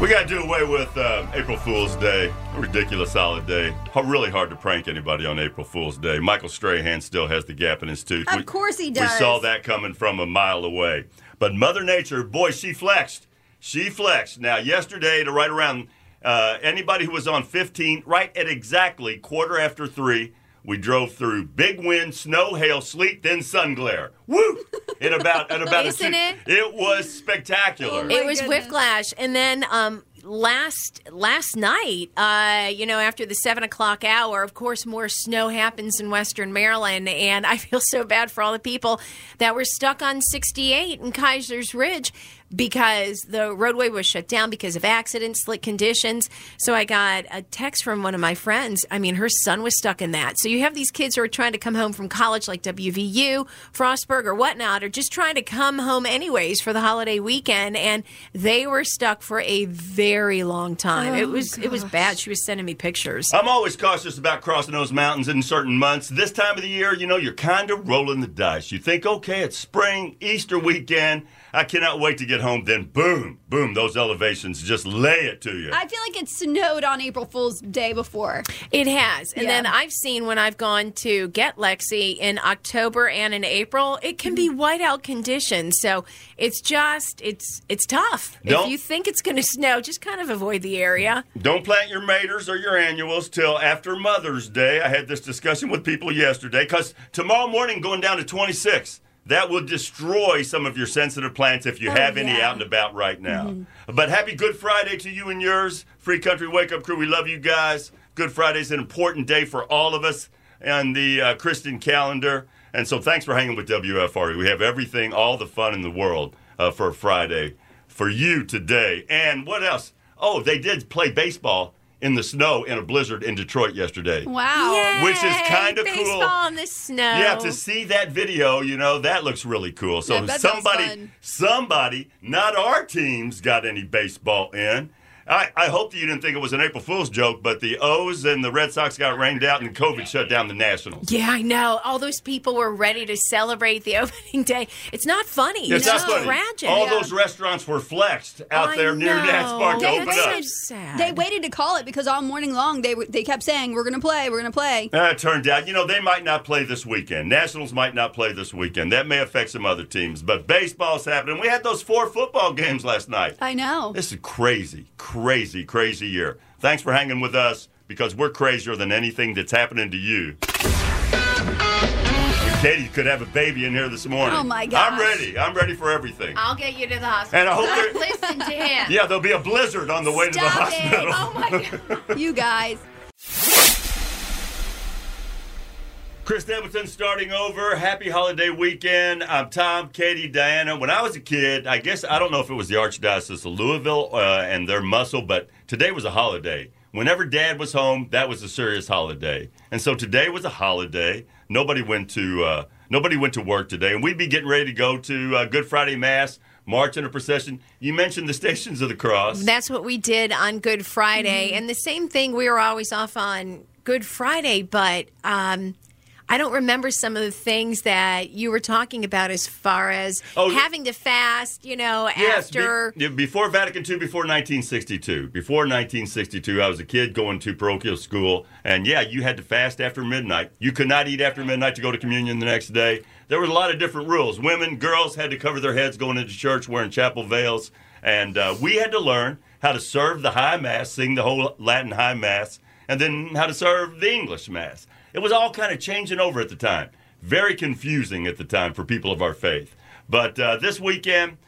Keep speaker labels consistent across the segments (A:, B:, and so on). A: We got to do away with um, April Fool's Day. A ridiculous holiday. H- Really hard to prank anybody on April Fool's Day. Michael Strahan still has the gap in his tooth.
B: Of course he does.
A: We saw that coming from a mile away. But Mother Nature, boy, she flexed. She flexed. Now, yesterday, to right around uh, anybody who was on 15, right at exactly quarter after three, we drove through big wind, snow, hail, sleet, then sun glare. Woo! In about in about
C: Isn't
A: a
C: it?
A: two, it was
B: Oh,
A: spectacular.
C: it was whiplash and then um last last night uh you know after the seven o'clock hour of course more snow happens in western maryland and i feel so bad for all the people that were stuck on 68 in kaiser's ridge because the roadway was shut down because of accidents slick conditions so i got a text from one of my friends i mean her son was stuck in that so you have these kids who are trying to come home from college like wvu frostburg or whatnot or just trying to come home anyways for the holiday weekend and they were stuck for a very long time it was it was bad she was sending me pictures
A: I'm always cautious about crossing those mountains in certain months. This time of the year, you know, you're kind of rolling the dice. You think, okay, it's spring, Easter weekend. I cannot wait to get home. Then, boom, boom, those elevations just lay it to you.
B: I feel like it snowed on April Fool's Day before.
C: It has. And
B: Yeah.
C: then I've seen when I've gone to get Lexi in October and in April, it can be whiteout conditions. So it's just it's it's tough.
A: Don't-
C: If you think it's going to snow, just kind of avoid the area.
A: Don't plant your maters or your annuals till after Mother's Day. I had this discussion with people yesterday because tomorrow morning going down to 26. That will destroy some of your sensitive plants if you have any
B: yeah.
A: out and about right now. But happy Good Friday to you and yours. Free Country Wake Up Crew, we love you guys. Good Friday's an important day for all of us on the uh, Christian calendar. And so thanks for hanging with WFRE. E. We have everything, all the fun in the world uh, for Friday for you today. And what else? Oh, they did play baseball in the snow in a blizzard in Detroit yesterday.
B: Wow.
A: Oh, Which is
C: Yay,
A: kinda cool.
C: Baseball in the snow.
A: Yeah, to see that video, you know, that looks really cool. So
B: Yeah, I bet that was
A: somebody
B: fun.
A: somebody, not our teams, got any baseball in. I, I hope that you didn't think it was an April Fool's joke, but the O's and the Red Sox got rained out and COVID shut down the Nationals.
C: Yeah, I know. All those people were ready to celebrate the opening day. It's not funny.
A: It's not
C: just
A: funny.
C: tragic.
A: All
B: Yeah.
A: those restaurants were flexed out
C: I
A: there near
C: know.
A: Nats Park to
C: That's
A: open
C: so
A: up.
C: sad.
B: They waited to call it because all morning long they were- they kept saying we're gonna play, we're gonna play.
A: Uh, it turned out, you know, they might not play this weekend. Nationals might not play this weekend. That may affect some other teams, but baseball's happening. We had those four football games last night.
B: I know.
A: This is crazy, crazy, crazy year. Thanks for hanging with us because we're crazier than anything that's happening to you. And Katie could have a baby in here this morning.
B: Oh, my
A: God!
B: gosh.
A: I'm ready. I'm ready for everything.
C: I'll get you to the hospital.
A: And I hope there-
C: Listen to him.
A: yeah, there'll be a blizzard on the way to the
B: Stop it.
A: hospital.
C: Oh my god.
B: You guys.
A: Chris Davidson starting over. Happy holiday weekend. I'm Tom, Katie, Diana. When I was a kid, I guess I don't know if it was the Archdiocese of Louisville uh, and their muscle, but today was a holiday. Whenever Dad was home, that was a serious holiday, and so today was a holiday. Nobody went to uh, nobody went to work today, and we'd be getting ready to go to uh, Good Friday Mass, march in a procession. You mentioned the Stations of the Cross.
C: That's what we did on Good Friday.
A: Mm-hmm.
C: And the same thing, we were always off on Good Friday, but um, I don't remember some of the things that you were talking about as far as
A: Oh,
C: having to fast, you know,
A: Yes, be-
C: after.
A: yeah, before Vatican II, before 1962. Before 1962, I was a kid going to parochial school, and yeah, you had to fast after midnight. You could not eat after midnight to go to communion the next day. There were a lot of different rules. Women, girls had to cover their heads going into church wearing chapel veils, and uh, we had to learn how to serve the High Mass, sing the whole Latin High Mass, and then how to serve the English Mass. It was all kind of changing over at the time. Very confusing at the time for people of our faith. But uh, this weekend,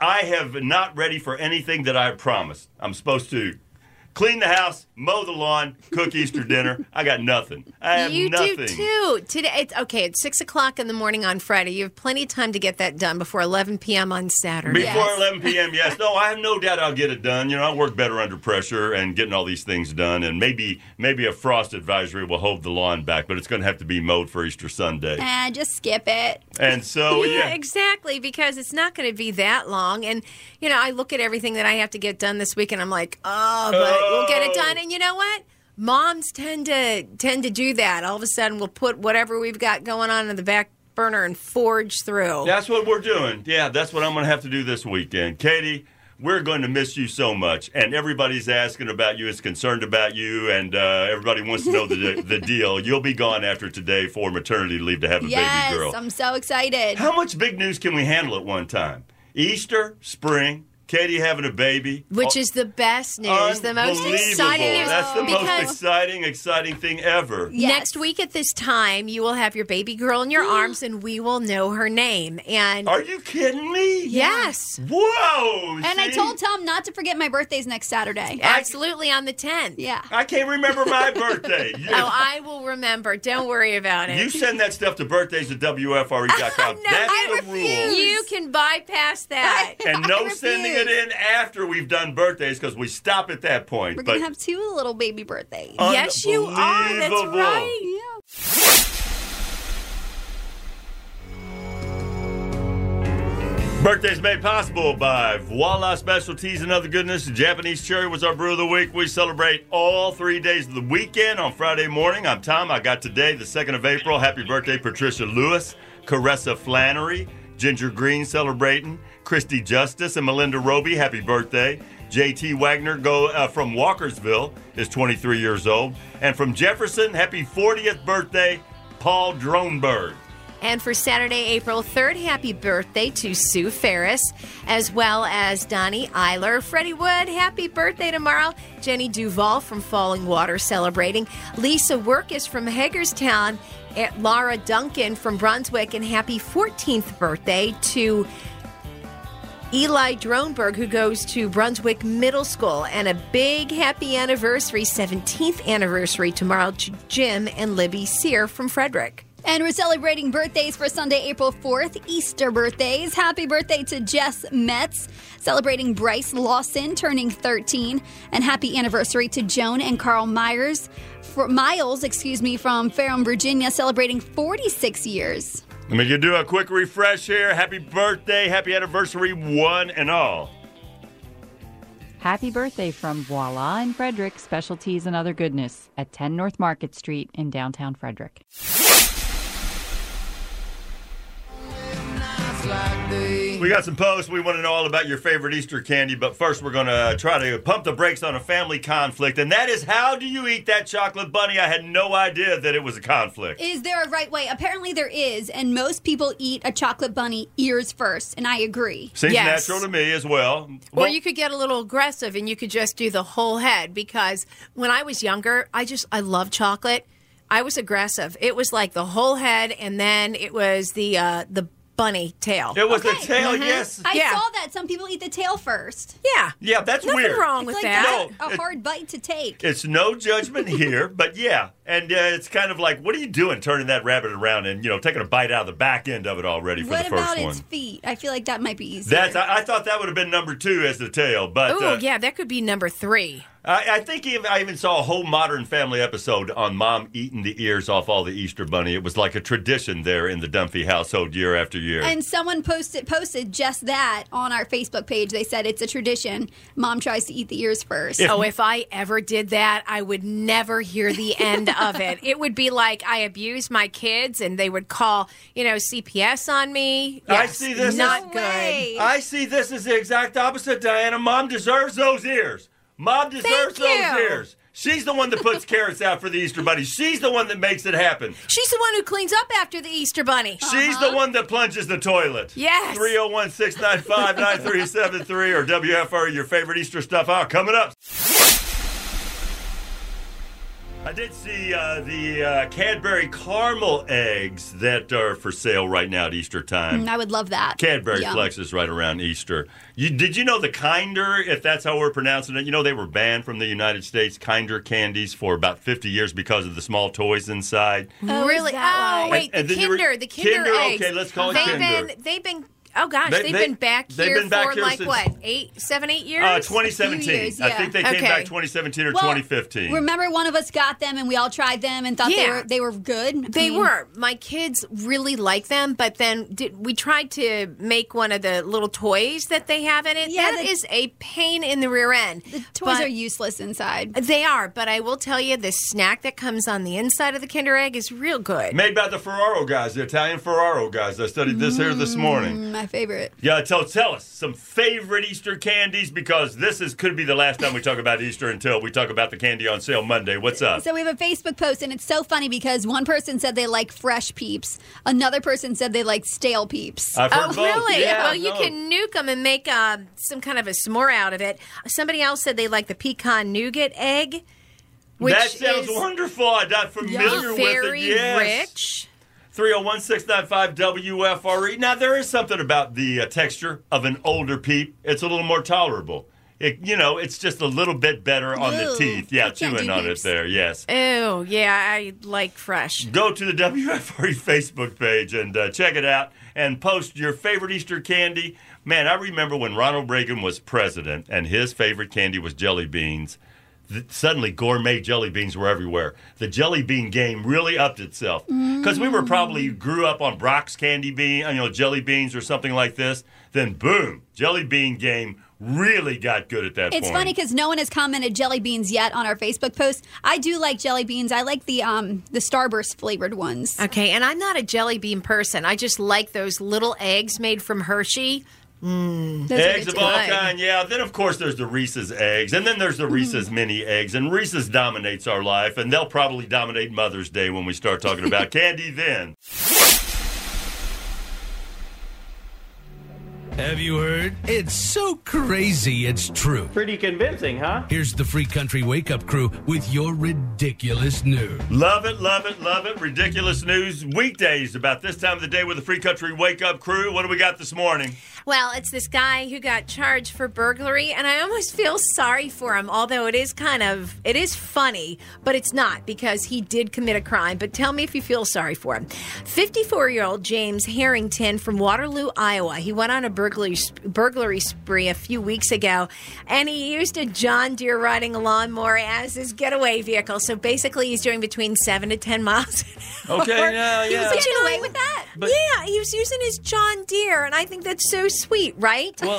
A: I have not ready for anything that I promised. I'm supposed to clean the house, mow the lawn, cook Easter dinner. I got nothing. I have
C: you
A: nothing.
C: do too. Today, it's okay. It's six o'clock in the morning on Friday. You have plenty of time to get that done before eleven p.m. on Saturday.
A: Before 11 p.m., yes. No, I have no doubt I'll get it done. You know, I work better under pressure and getting all these things done. And maybe maybe a frost advisory will hold the lawn back, but it's going to have to be mowed for Easter Sunday.
B: Ah, just skip it.
A: And so,
C: yeah,
A: Oh, yeah.
C: exactly. Because it's not going to be that long. And, you know, I look at everything that I have to get done this week and I'm like, oh, but we'll get it
A: Oh.
C: done. And you know what? Moms tend to tend to do that. All of a sudden, we'll put whatever we've got going on in the back burner and forge through.
A: That's what we're doing. Yeah, that's what I'm going to have to do this weekend. Katie, We're going to miss you so much, and everybody's asking about you, is concerned about you, and uh, everybody wants to know the, the deal. You'll be gone after today for maternity leave to have a
B: yes,
A: baby girl.
B: I'm so excited.
A: How much big news can we handle at one time? Easter, spring, Katie having a baby.
C: Which
A: Oh,
C: is the best news, the most
A: unbelievable.
C: exciting news.
A: That's the most
C: because
A: exciting, exciting thing ever.
B: Yes.
C: next week at this time, you will have your baby girl in your arms and we will know her name. And
A: Are you kidding me?
C: yes,
A: Whoa!
B: And I
A: see?
B: told Tom not to forget my birthday's next Saturday.
C: absolutely on the 10th.
B: Yeah.
A: I can't remember my birthday. You,
C: Oh, I will remember. Don't worry about it.
A: you send that stuff to birthdays at WFRE.com. E That's
C: I
A: the
B: refuse.
A: rule.
C: You can bypass that.
A: And no
B: I
A: sending it
B: refuse.
A: in after we've done birthdays because we stop at that point.
B: We're
A: but Uh,
B: gonna have two little baby birthdays.
C: Yes, you are. That's
A: Unbelievable.
C: right.
B: yeah.
A: Birthdays made possible by Voila Specialties and Other Goodness. Japanese Cherry was our brew of the week. We celebrate all three days of the weekend on Friday morning. I'm Tom. I got today, the 2nd of April. Happy birthday, Patricia Lewis, Caressa Flannery, Ginger Green celebrating, Christy Justice, and Melinda Roby. Happy birthday. JT Wagner go, uh, from Walkersville is 23 years old. And from Jefferson, happy 40th birthday, Paul Dronberg.
C: And for Saturday, April 3rd, happy birthday to Sue Ferris, as well as Donnie Eiler, Freddie Wood, happy birthday tomorrow, Jenny Duval from Falling Water celebrating, Lisa Workis from Hagerstown, eh, Laura Duncan from Brunswick, and happy 14th birthday to Eli Dronberg, who goes to Brunswick Middle School, and a big happy anniversary, 17th anniversary tomorrow to Jim and Libby Sear from Frederick.
B: And we're celebrating birthdays for Sunday, April 4th, Easter birthdays. Happy birthday to Jess Metz, celebrating Bryce Lawson turning 13, and happy anniversary to Joan and Carl Myers. For Miles, excuse me, from Ferrum, Virginia, celebrating 46 years.
A: Let me just do a quick refresh here. Happy birthday, happy anniversary, one and all.
D: Happy birthday from Voila and Frederick Specialties and Other Goodness at 10 North Market Street in downtown Frederick.
A: We got some posts. We want to know all about your favorite Easter candy, but first we're going to try to pump the brakes on a family conflict, and that is how do you eat that chocolate bunny? I had no idea that it was a conflict.
B: Is there a right way? Apparently there is, and most people eat a chocolate bunny ears first, and I agree.
A: Seems
C: Yes.
A: natural to me as well.
C: Or
A: Well,
C: you could get a little aggressive and you could just do the whole head because when I was younger, I just I love chocolate. I was aggressive. It was like the whole head and then it was the uh the bunny tail.
A: it was
B: Okay.
A: the tail,
B: Mhm.
A: yes.
B: I
C: Yeah.
B: saw that some people eat the tail first.
C: yeah.
A: yeah, that's
C: Nothing
A: weird.
C: wrong with
B: It's like
C: that.
A: No.
B: a
A: it-
B: hard bite to take.
A: It's no judgment here, but yeah, and uh, it's kind of like, what are you doing, turning that rabbit around and you know taking a bite out of the back end of it already for
B: What
A: the first
B: about
A: one?
B: its feet? I feel like that might be easier.
A: That's. I, I thought that would have been number two as the tail, but
C: Oh,
A: uh,
C: yeah, that could be number 3.
A: I, I think even, I even saw a whole Modern Family episode on mom eating the ears off all the Easter bunny. It was like a tradition there in the Dunphy household year after year.
B: and someone posted posted just that on our Facebook page. They said it's a tradition. Mom tries to eat the ears first.
C: oh, if I ever did that, I would never hear the end of it. It would be like I abused my kids and they would call, you know, CPS on me.
A: I
C: Yes,
A: see this as-
C: Not
B: No
C: good.
B: way.
A: I see this as the exact opposite, Diana. Mom deserves those ears. Mom deserves
C: Thank
A: those
C: you.
A: ears. She's the one that puts carrots out for the Easter bunny. She's the one that makes it happen.
C: She's the one who cleans up after the Easter bunny.
A: She's the one that plunges the toilet.
C: Yes.
A: 301 695 9373 or WFR, your favorite Easter stuff out. Coming up. I did see uh, the uh, Cadbury caramel eggs that are for sale right now at Easter time.
B: I would love that.
A: Cadbury
B: Yum.
A: Flex is right around Easter. You, did you know the Kinder, if that's how we're pronouncing it? You know they were banned from the United States Kinder candies for about 50 years because of the small toys inside.
B: Oh, is
C: really?
B: that
C: oh,
B: why?
C: wait,
A: And- and
C: the
A: then you were-
C: Kinder, the Kinder,
A: Kinder,
C: eggs.
A: okay, let's call it
C: they've
A: Kinder.
C: Been, they've been, oh
A: They-
C: gosh, they, have
A: they-
C: been back
A: they've
C: here
A: been back
C: for
A: here
C: like
A: since-
C: what, eight, seven, eight years?
A: Uh, 2017.
B: years,
A: I
B: yeah.
A: think they came
C: Okay.
A: back 2017 or
B: Well,
A: 2015.
B: Remember, one of us got them and we all tried them and thought they
C: Yeah.
B: were they were good. I
C: They
A: Mm.
B: mean,
C: were. My kids really like them, but then did, we tried to make one of the little toys that they have in it.
B: Yeah,
C: that
B: the-
C: is a pain in the rear end.
B: The toys
C: But-
B: are useless inside.
C: They are, but I will tell you, the snack that comes on the inside of the Kinder egg is real good.
A: Made by the Ferraro guys, the Italian Ferraro guys. I studied this here this morning.
C: Mm.
B: I've favorite.
A: Yeah, tell tell us some favorite Easter candies because this is could be the last time we talk about Easter until we talk about the candy on sale Monday. What's up?
B: So we have a Facebook post, and it's so funny because one person said they like fresh peeps, another person said they like stale peeps.
A: I've heard
C: Oh,
A: both.
C: really?
A: Yeah,
C: well, you
A: no.
C: can nuke them and make uh, some kind of a s'more out of it. Somebody else said they like the pecan nougat egg, which
A: that sounds
C: is
A: wonderful. I'm not familiar with it.
C: very
A: Yes.
C: rich.
A: 301-695-WFRE. E. Now there is something about the uh, texture of an older peep. It's a little more tolerable. It, you know, it's just a little bit better on the
B: Ew.
A: teeth. Yeah,
B: I can't
A: chewing
B: do
A: on
B: peeps.
A: it there. Yes.
C: Oh, yeah, I like fresh.
A: Go to the WFRE E Facebook page and uh, check it out and post your favorite Easter candy. Man, I remember when Ronald Reagan was president and his favorite candy was jelly beans. Th- suddenly, gourmet jelly beans were everywhere. The jelly bean game really upped itself because we were probably
B: Mm.
A: grew up on Brock's candy bean, you know, jelly beans or something like this. Then, boom, jelly bean game really got good at that
B: It's
A: point.
B: funny because no one has commented jelly beans yet on our Facebook post. I do like jelly beans. I like the um the Starburst flavored ones.
C: Okay, and I'm not a jelly bean person. I just like those little eggs made from Hershey.
B: Those are
A: Eggs of
B: good too.
A: all
C: Good.
A: kind, yeah. Then of course there's the Reese's eggs, and then there's the Reese's mini eggs, and Reese's dominates our life, and they'll probably dominate Mother's Day when we start talking about candy. Then
E: Have you heard? It's so crazy, it's true.
F: Pretty convincing, huh?
E: Here's the Free Country Wake Up Crew with your ridiculous news.
A: love it, love it, love it. Ridiculous news weekdays about this time of the day with the Free Country Wake Up Crew. What do we got this morning?
C: Well, it's this guy who got charged for burglary, and I almost feel sorry for him, although it is kind of it is funny, but it's not because he did commit a crime. But tell me if you feel sorry for him. 54-year-old James Harrington from Waterloo, Iowa. He went on a burglary burglary spree a few weeks ago, and he used a John Deere riding lawnmower as his getaway vehicle. So basically, he's doing between 7 to 10 miles an hour.
A: Okay, yeah,
C: He was
A: yeah.
C: but
B: Getting
C: you know,
B: away with that?
C: yeah, he was using his John Deere, and I think that's so sweet, right?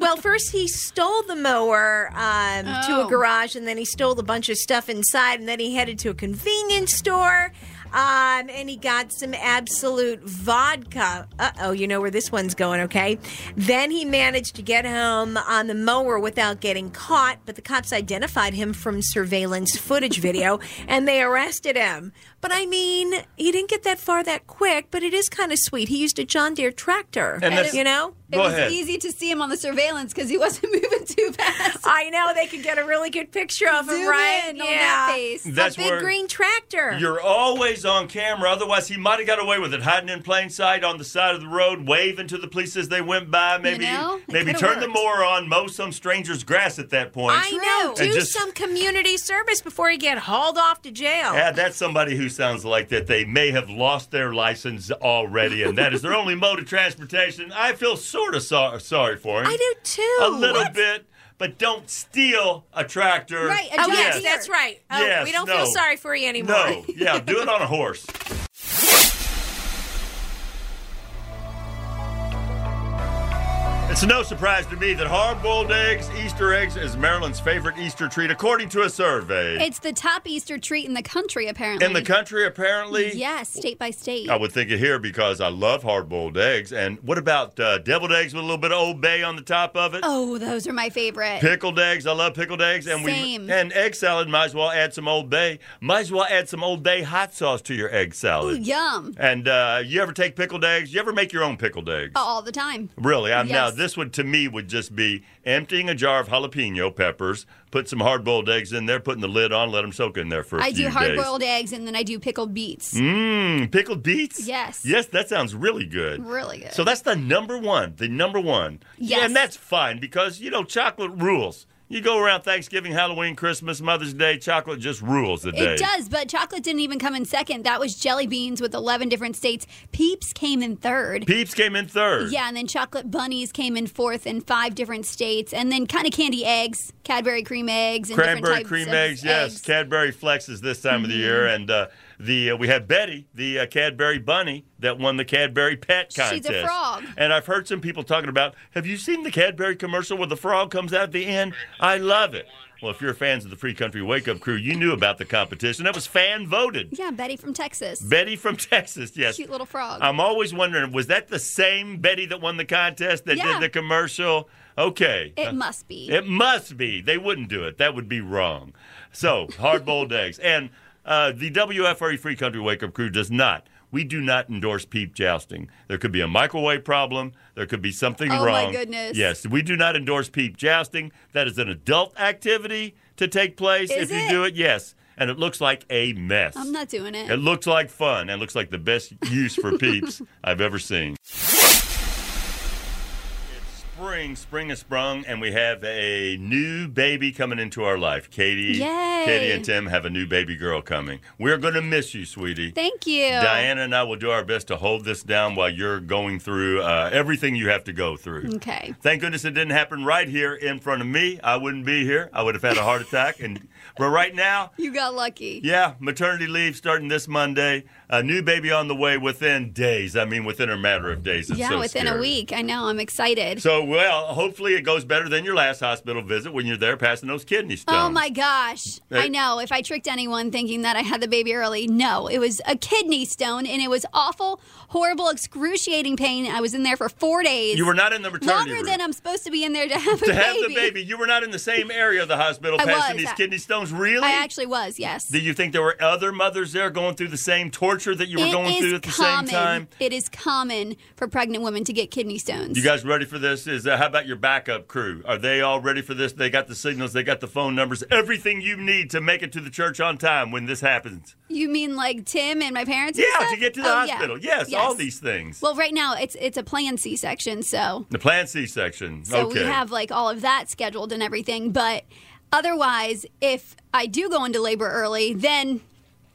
C: Well, first he stole the mower um, to
B: Oh.
C: a garage, and then he stole a bunch of stuff inside, and then he headed to a convenience store. Um, and he got some absolute vodka. Uh oh, you know where this one's going, okay? Then he managed to get home on the mower without getting caught, but the cops identified him from surveillance footage video and they arrested him. But I mean, he didn't get that far that quick, but it is kind of sweet. He used a John Deere tractor,
A: And that's-
C: you know?
B: It
A: Go
B: was
A: ahead.
B: easy to see him on the surveillance because he wasn't moving too fast.
C: I know they could get a really good picture of him,
B: Zoom
C: right?
B: in on that face.
A: That's
C: a big
A: where-
C: green tractor.
A: You're always on camera. Otherwise, he might have got away with it, hiding in plain sight on the side of the road, waving to the police as they went by. Maybe,
B: know, it
A: maybe
B: could've
A: turn the
B: worked.
A: mower on, mow some stranger's grass at that point.
C: I know.
B: True.
C: Do
A: And just-
C: some community service before you get hauled off to jail.
A: Yeah, that's somebody who sounds like that they may have lost their license already, and that is their only mode of transportation. I feel sort of so- sorry for him.
C: I do too.
A: A little
C: What?
A: bit, but don't steal a tractor.
B: Right, a
C: Oh
B: John
C: yes,
B: Deere.
C: that's right. Oh,
A: Yes,
C: we don't
A: no.
C: feel sorry for you anymore.
A: No, yeah, do it on a horse. It's no surprise to me that hard boiled eggs, Easter eggs, is Maryland's favorite Easter treat, according to a survey.
B: It's the top Easter treat in the country, apparently.
A: In the country, Oh. apparently.
B: Yes, state by state.
A: I would think of here because I love hard boiled eggs. And what about uh, deviled eggs with a little bit of Old Bay on the top of it?
B: Oh, those are my favorite.
A: Pickled eggs, I love pickled eggs, and
B: Same.
A: we and egg salad. Might as well add some Old Bay. Might as well add some Old Bay hot sauce to your egg
B: Ooh,
A: salad.
B: yum.
A: And uh, you ever take pickled eggs? You ever make your own pickled eggs?
B: All the time.
A: Really? I'm now
B: Oh. Yes.
A: this would to me would just be emptying a jar of jalapeno peppers, put some hard boiled eggs in there, putting the lid on, let them soak in there for a
B: I
A: few
B: do
A: days.
B: hard boiled eggs and then I do pickled beets.
A: Mm, pickled beets?
B: Yes.
A: Yes, that sounds really good.
B: Really good.
A: So that's the number one, the number one.
B: Yes.
A: And that's fine because, you know, chocolate rules. You go around Thanksgiving, Halloween, Christmas, Mother's Day, chocolate just rules the day.
B: It does, but chocolate didn't even come in second. That was jelly beans with 11 different states. Peeps came in third.
A: Peeps came in third.
B: yeah, and then chocolate bunnies came in fourth in five different states, and then kind of candy eggs, Cadbury cream eggs, and different
A: Cranberry
B: types
A: cream
B: of Mm-hmm.
A: eggs, yes. Cadbury flexes this time of the year, and uh, the uh, we have Betty, the uh, Cadbury bunny that won the Cadbury pet
B: She's a
A: contest.
B: frog.
A: And I've heard some people talking about, have you seen the Cadbury commercial where the frog comes out at the end? I love it. Well, if you're fans of the Free Country Wake Up Crew, you knew about the competition. That was fan voted.
B: Yeah, Betty from Texas.
A: Betty from Texas, yes.
B: Cute little frog.
A: I'm always wondering, was that the same Betty that won the contest that
B: Yeah.
A: did the commercial? Okay.
B: it must be.
A: It must be. They wouldn't do it. That would be wrong. So, hard boiled eggs. And uh, the WFRE Free Country Wake Up Crew does not. We do not endorse peep jousting. There could be a microwave problem. There could be something
B: Oh, my
A: wrong.
B: goodness.
A: Yes, we do not endorse peep jousting. That is an adult activity to take place.
B: Is
A: if you
B: it?
A: do it, yes. And it looks like a mess.
B: I'm not doing it.
A: It looks like fun and looks like the best use for peeps I've ever seen. It's spring, spring has sprung, and we have a new baby coming into our life. Katie,
B: Yay.
A: Katie and Tim have a new baby girl coming. We're going to miss you, sweetie.
B: Thank you.
A: Diana and I will do our best to hold this down while you're going through uh, everything you have to go through.
B: Okay.
A: Thank goodness it didn't happen right here in front of me. I wouldn't be here. I would have had a heart attack. And but right now,
B: You got lucky.
A: yeah, maternity leave starting this Monday. A new baby on the way within days. I mean, within a matter of days. It's
B: Yeah,
A: so
B: within
A: scary.
B: a week. I know. I'm excited.
A: So, well, hopefully it goes better than your last hospital visit when you're there passing those kidney stones.
B: Oh my gosh.
A: Hey.
B: I know. If I tricked anyone thinking that I had the baby early, no. It was a kidney stone and it was awful, horrible, excruciating pain. I was in there for four days.
A: You were not in the maternity
B: longer
A: room.
B: than I'm supposed to be in there to have a
A: to
B: baby.
A: have the baby, you were not in the same area of the hospital
B: I
A: passing
B: was.
A: these
B: I-
A: kidney stones. Really?
B: I actually was, yes.
A: Do you think there were other mothers there going through the same torture that you were
B: It
A: going
B: is
A: through at the
B: common.
A: same time?
B: It is common for pregnant women to get kidney stones.
A: You guys ready for this? Is uh, how about your backup crew? Are they all ready for this? They got the signals, they got the phone numbers, everything you need to make it to the church on time when this happens.
B: You mean like Tim and my parents? and
A: Yeah,
B: stuff?
A: to get to the
B: Oh, yeah.
A: hospital. Yes, all these things.
B: Well, right now it's it's a planned C-section, so
A: the plan C section.
B: so
A: okay.
B: we have like all of that scheduled and everything. But otherwise, if I do go into labor early, then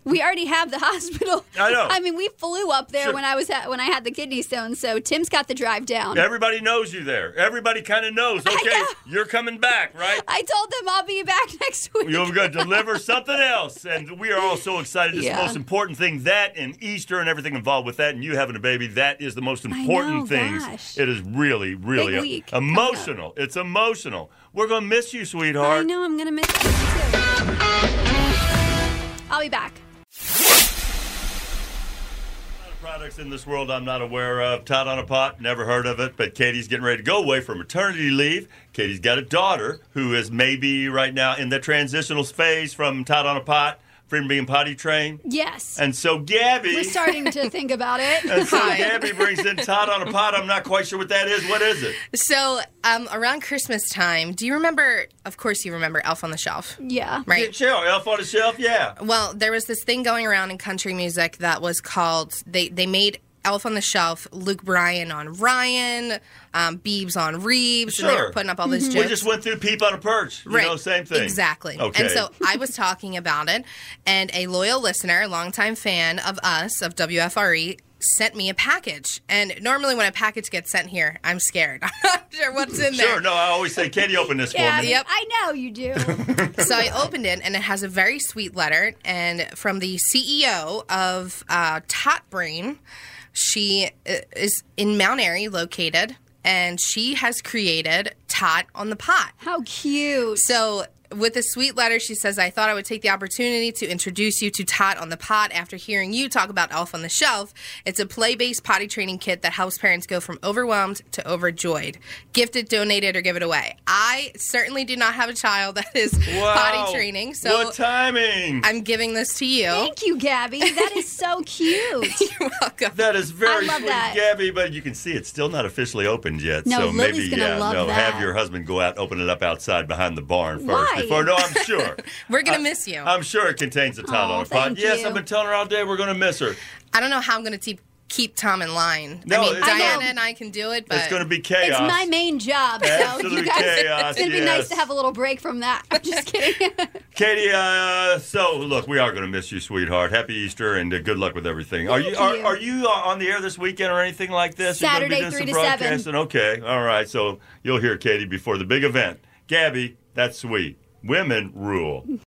B: we already have the hospital.
A: I know.
B: I mean, we flew up there
A: Sure.
B: when I was at, when I had the kidney stones, so Tim's got the drive down.
A: Everybody knows you there. Everybody kind of knows. Okay, you're coming back, right?
B: I told them I'll be back next week.
A: You're going to deliver something else. And we are all so excited. It's
B: Yeah.
A: the most important thing. That and Easter and everything involved with that and you having a baby, that is the most
B: know,
A: important thing.
B: gosh.
A: It is really, really
B: Big
A: e-
B: week coming up.
A: emotional. It's emotional. We're going to miss you,
B: I
A: sweetheart.
B: know I'm gonna miss it too. I'll be back.
A: Products in this world I'm not aware of. Tot on a pot, never heard of it. But Katie's getting ready to go away for maternity leave. Katie's got a daughter who is maybe right now in the transitional phase from tot on a pot, from being potty trained.
B: Yes,
A: And so Gabby.
B: we're starting to think about it.
A: And so Gabby brings in Todd on a pot. I'm not quite sure what that is. What is it?
F: So, um, around Christmas time, do you remember? Of course, you remember Elf on the Shelf,
B: Yeah.
F: right?
A: Shell, elf on the shelf, yeah.
F: Well, there was this thing going around in country music that was called they they made Elf on the Shelf, Luke Bryan on Ryan, um, Beebs on Reeves, and they
A: Sure. Mm-hmm.
F: were putting up all these
A: We
F: jokes.
A: just went through peep on a perch. You know, same thing.
F: Exactly.
A: Okay.
F: And so I was talking about it, and a loyal listener, a longtime fan of us, of WFRE, E, sent me a package. And normally when a package gets sent here, I'm scared. I'm not sure what's in there.
A: Sure, no, I always say, Katie, open this
B: Yeah,
A: for me.
F: Yep.
B: I know you do.
F: So I opened it, and it has a very sweet letter, and from the CEO of uh, Tot Brain. She uh, is in Mount Airy, located, and she has created Tot on the Pot.
B: How cute.
F: So, with a sweet letter, she says, I thought I would take the opportunity to introduce you to Tot on the Pot after hearing you talk about Elf on the Shelf. It's a play based potty training kit that helps parents go from overwhelmed to overjoyed. Gift it, donate it, or give it away. I certainly do not have a child that is
A: Wow.
F: potty training, so
A: What timing?
F: I'm giving this to you.
B: Thank you, Gabby. That is so cute.
F: You're welcome.
A: That is very
B: I love
A: sweet,
B: that.
A: Gabby, but you can see it's still not officially opened yet.
B: No,
A: so
B: Lily's
A: maybe
B: gonna
A: yeah,
B: love
A: no,
B: that.
A: have your husband go out, open it up outside behind the barn first
B: Why?
A: before no, I'm sure.
F: We're
A: Uh,
F: going to miss you.
A: I'm sure it contains a tot
B: Aw,
A: on a pot.
B: thank
A: Yes,
B: you.
A: I've been telling her all day we're gonna miss her.
F: I don't know how I'm going to keep, keep Tom in line.
A: No,
F: I mean,
A: it's- I
F: Diana
B: know.
F: and I can do it, but
A: it's gonna be chaos.
B: It's my main job, so
A: Absolute
B: you guys,
A: chaos,
B: it's gonna be nice
A: yes.
B: to have a little break from that. I'm just kidding.
A: Katie, uh, so look, we are going to miss you, sweetheart. Happy Easter and uh, good luck with everything. Are you
B: Thank
A: are,
B: you.
A: are you uh, on the air this weekend or anything like this? You're gonna be
B: Saturday,
A: doing
B: 3
A: some
B: to 7.
A: broadcasting? Okay, all right. So you'll hear Katie before the big event. Gabby, that's sweet. Women rule.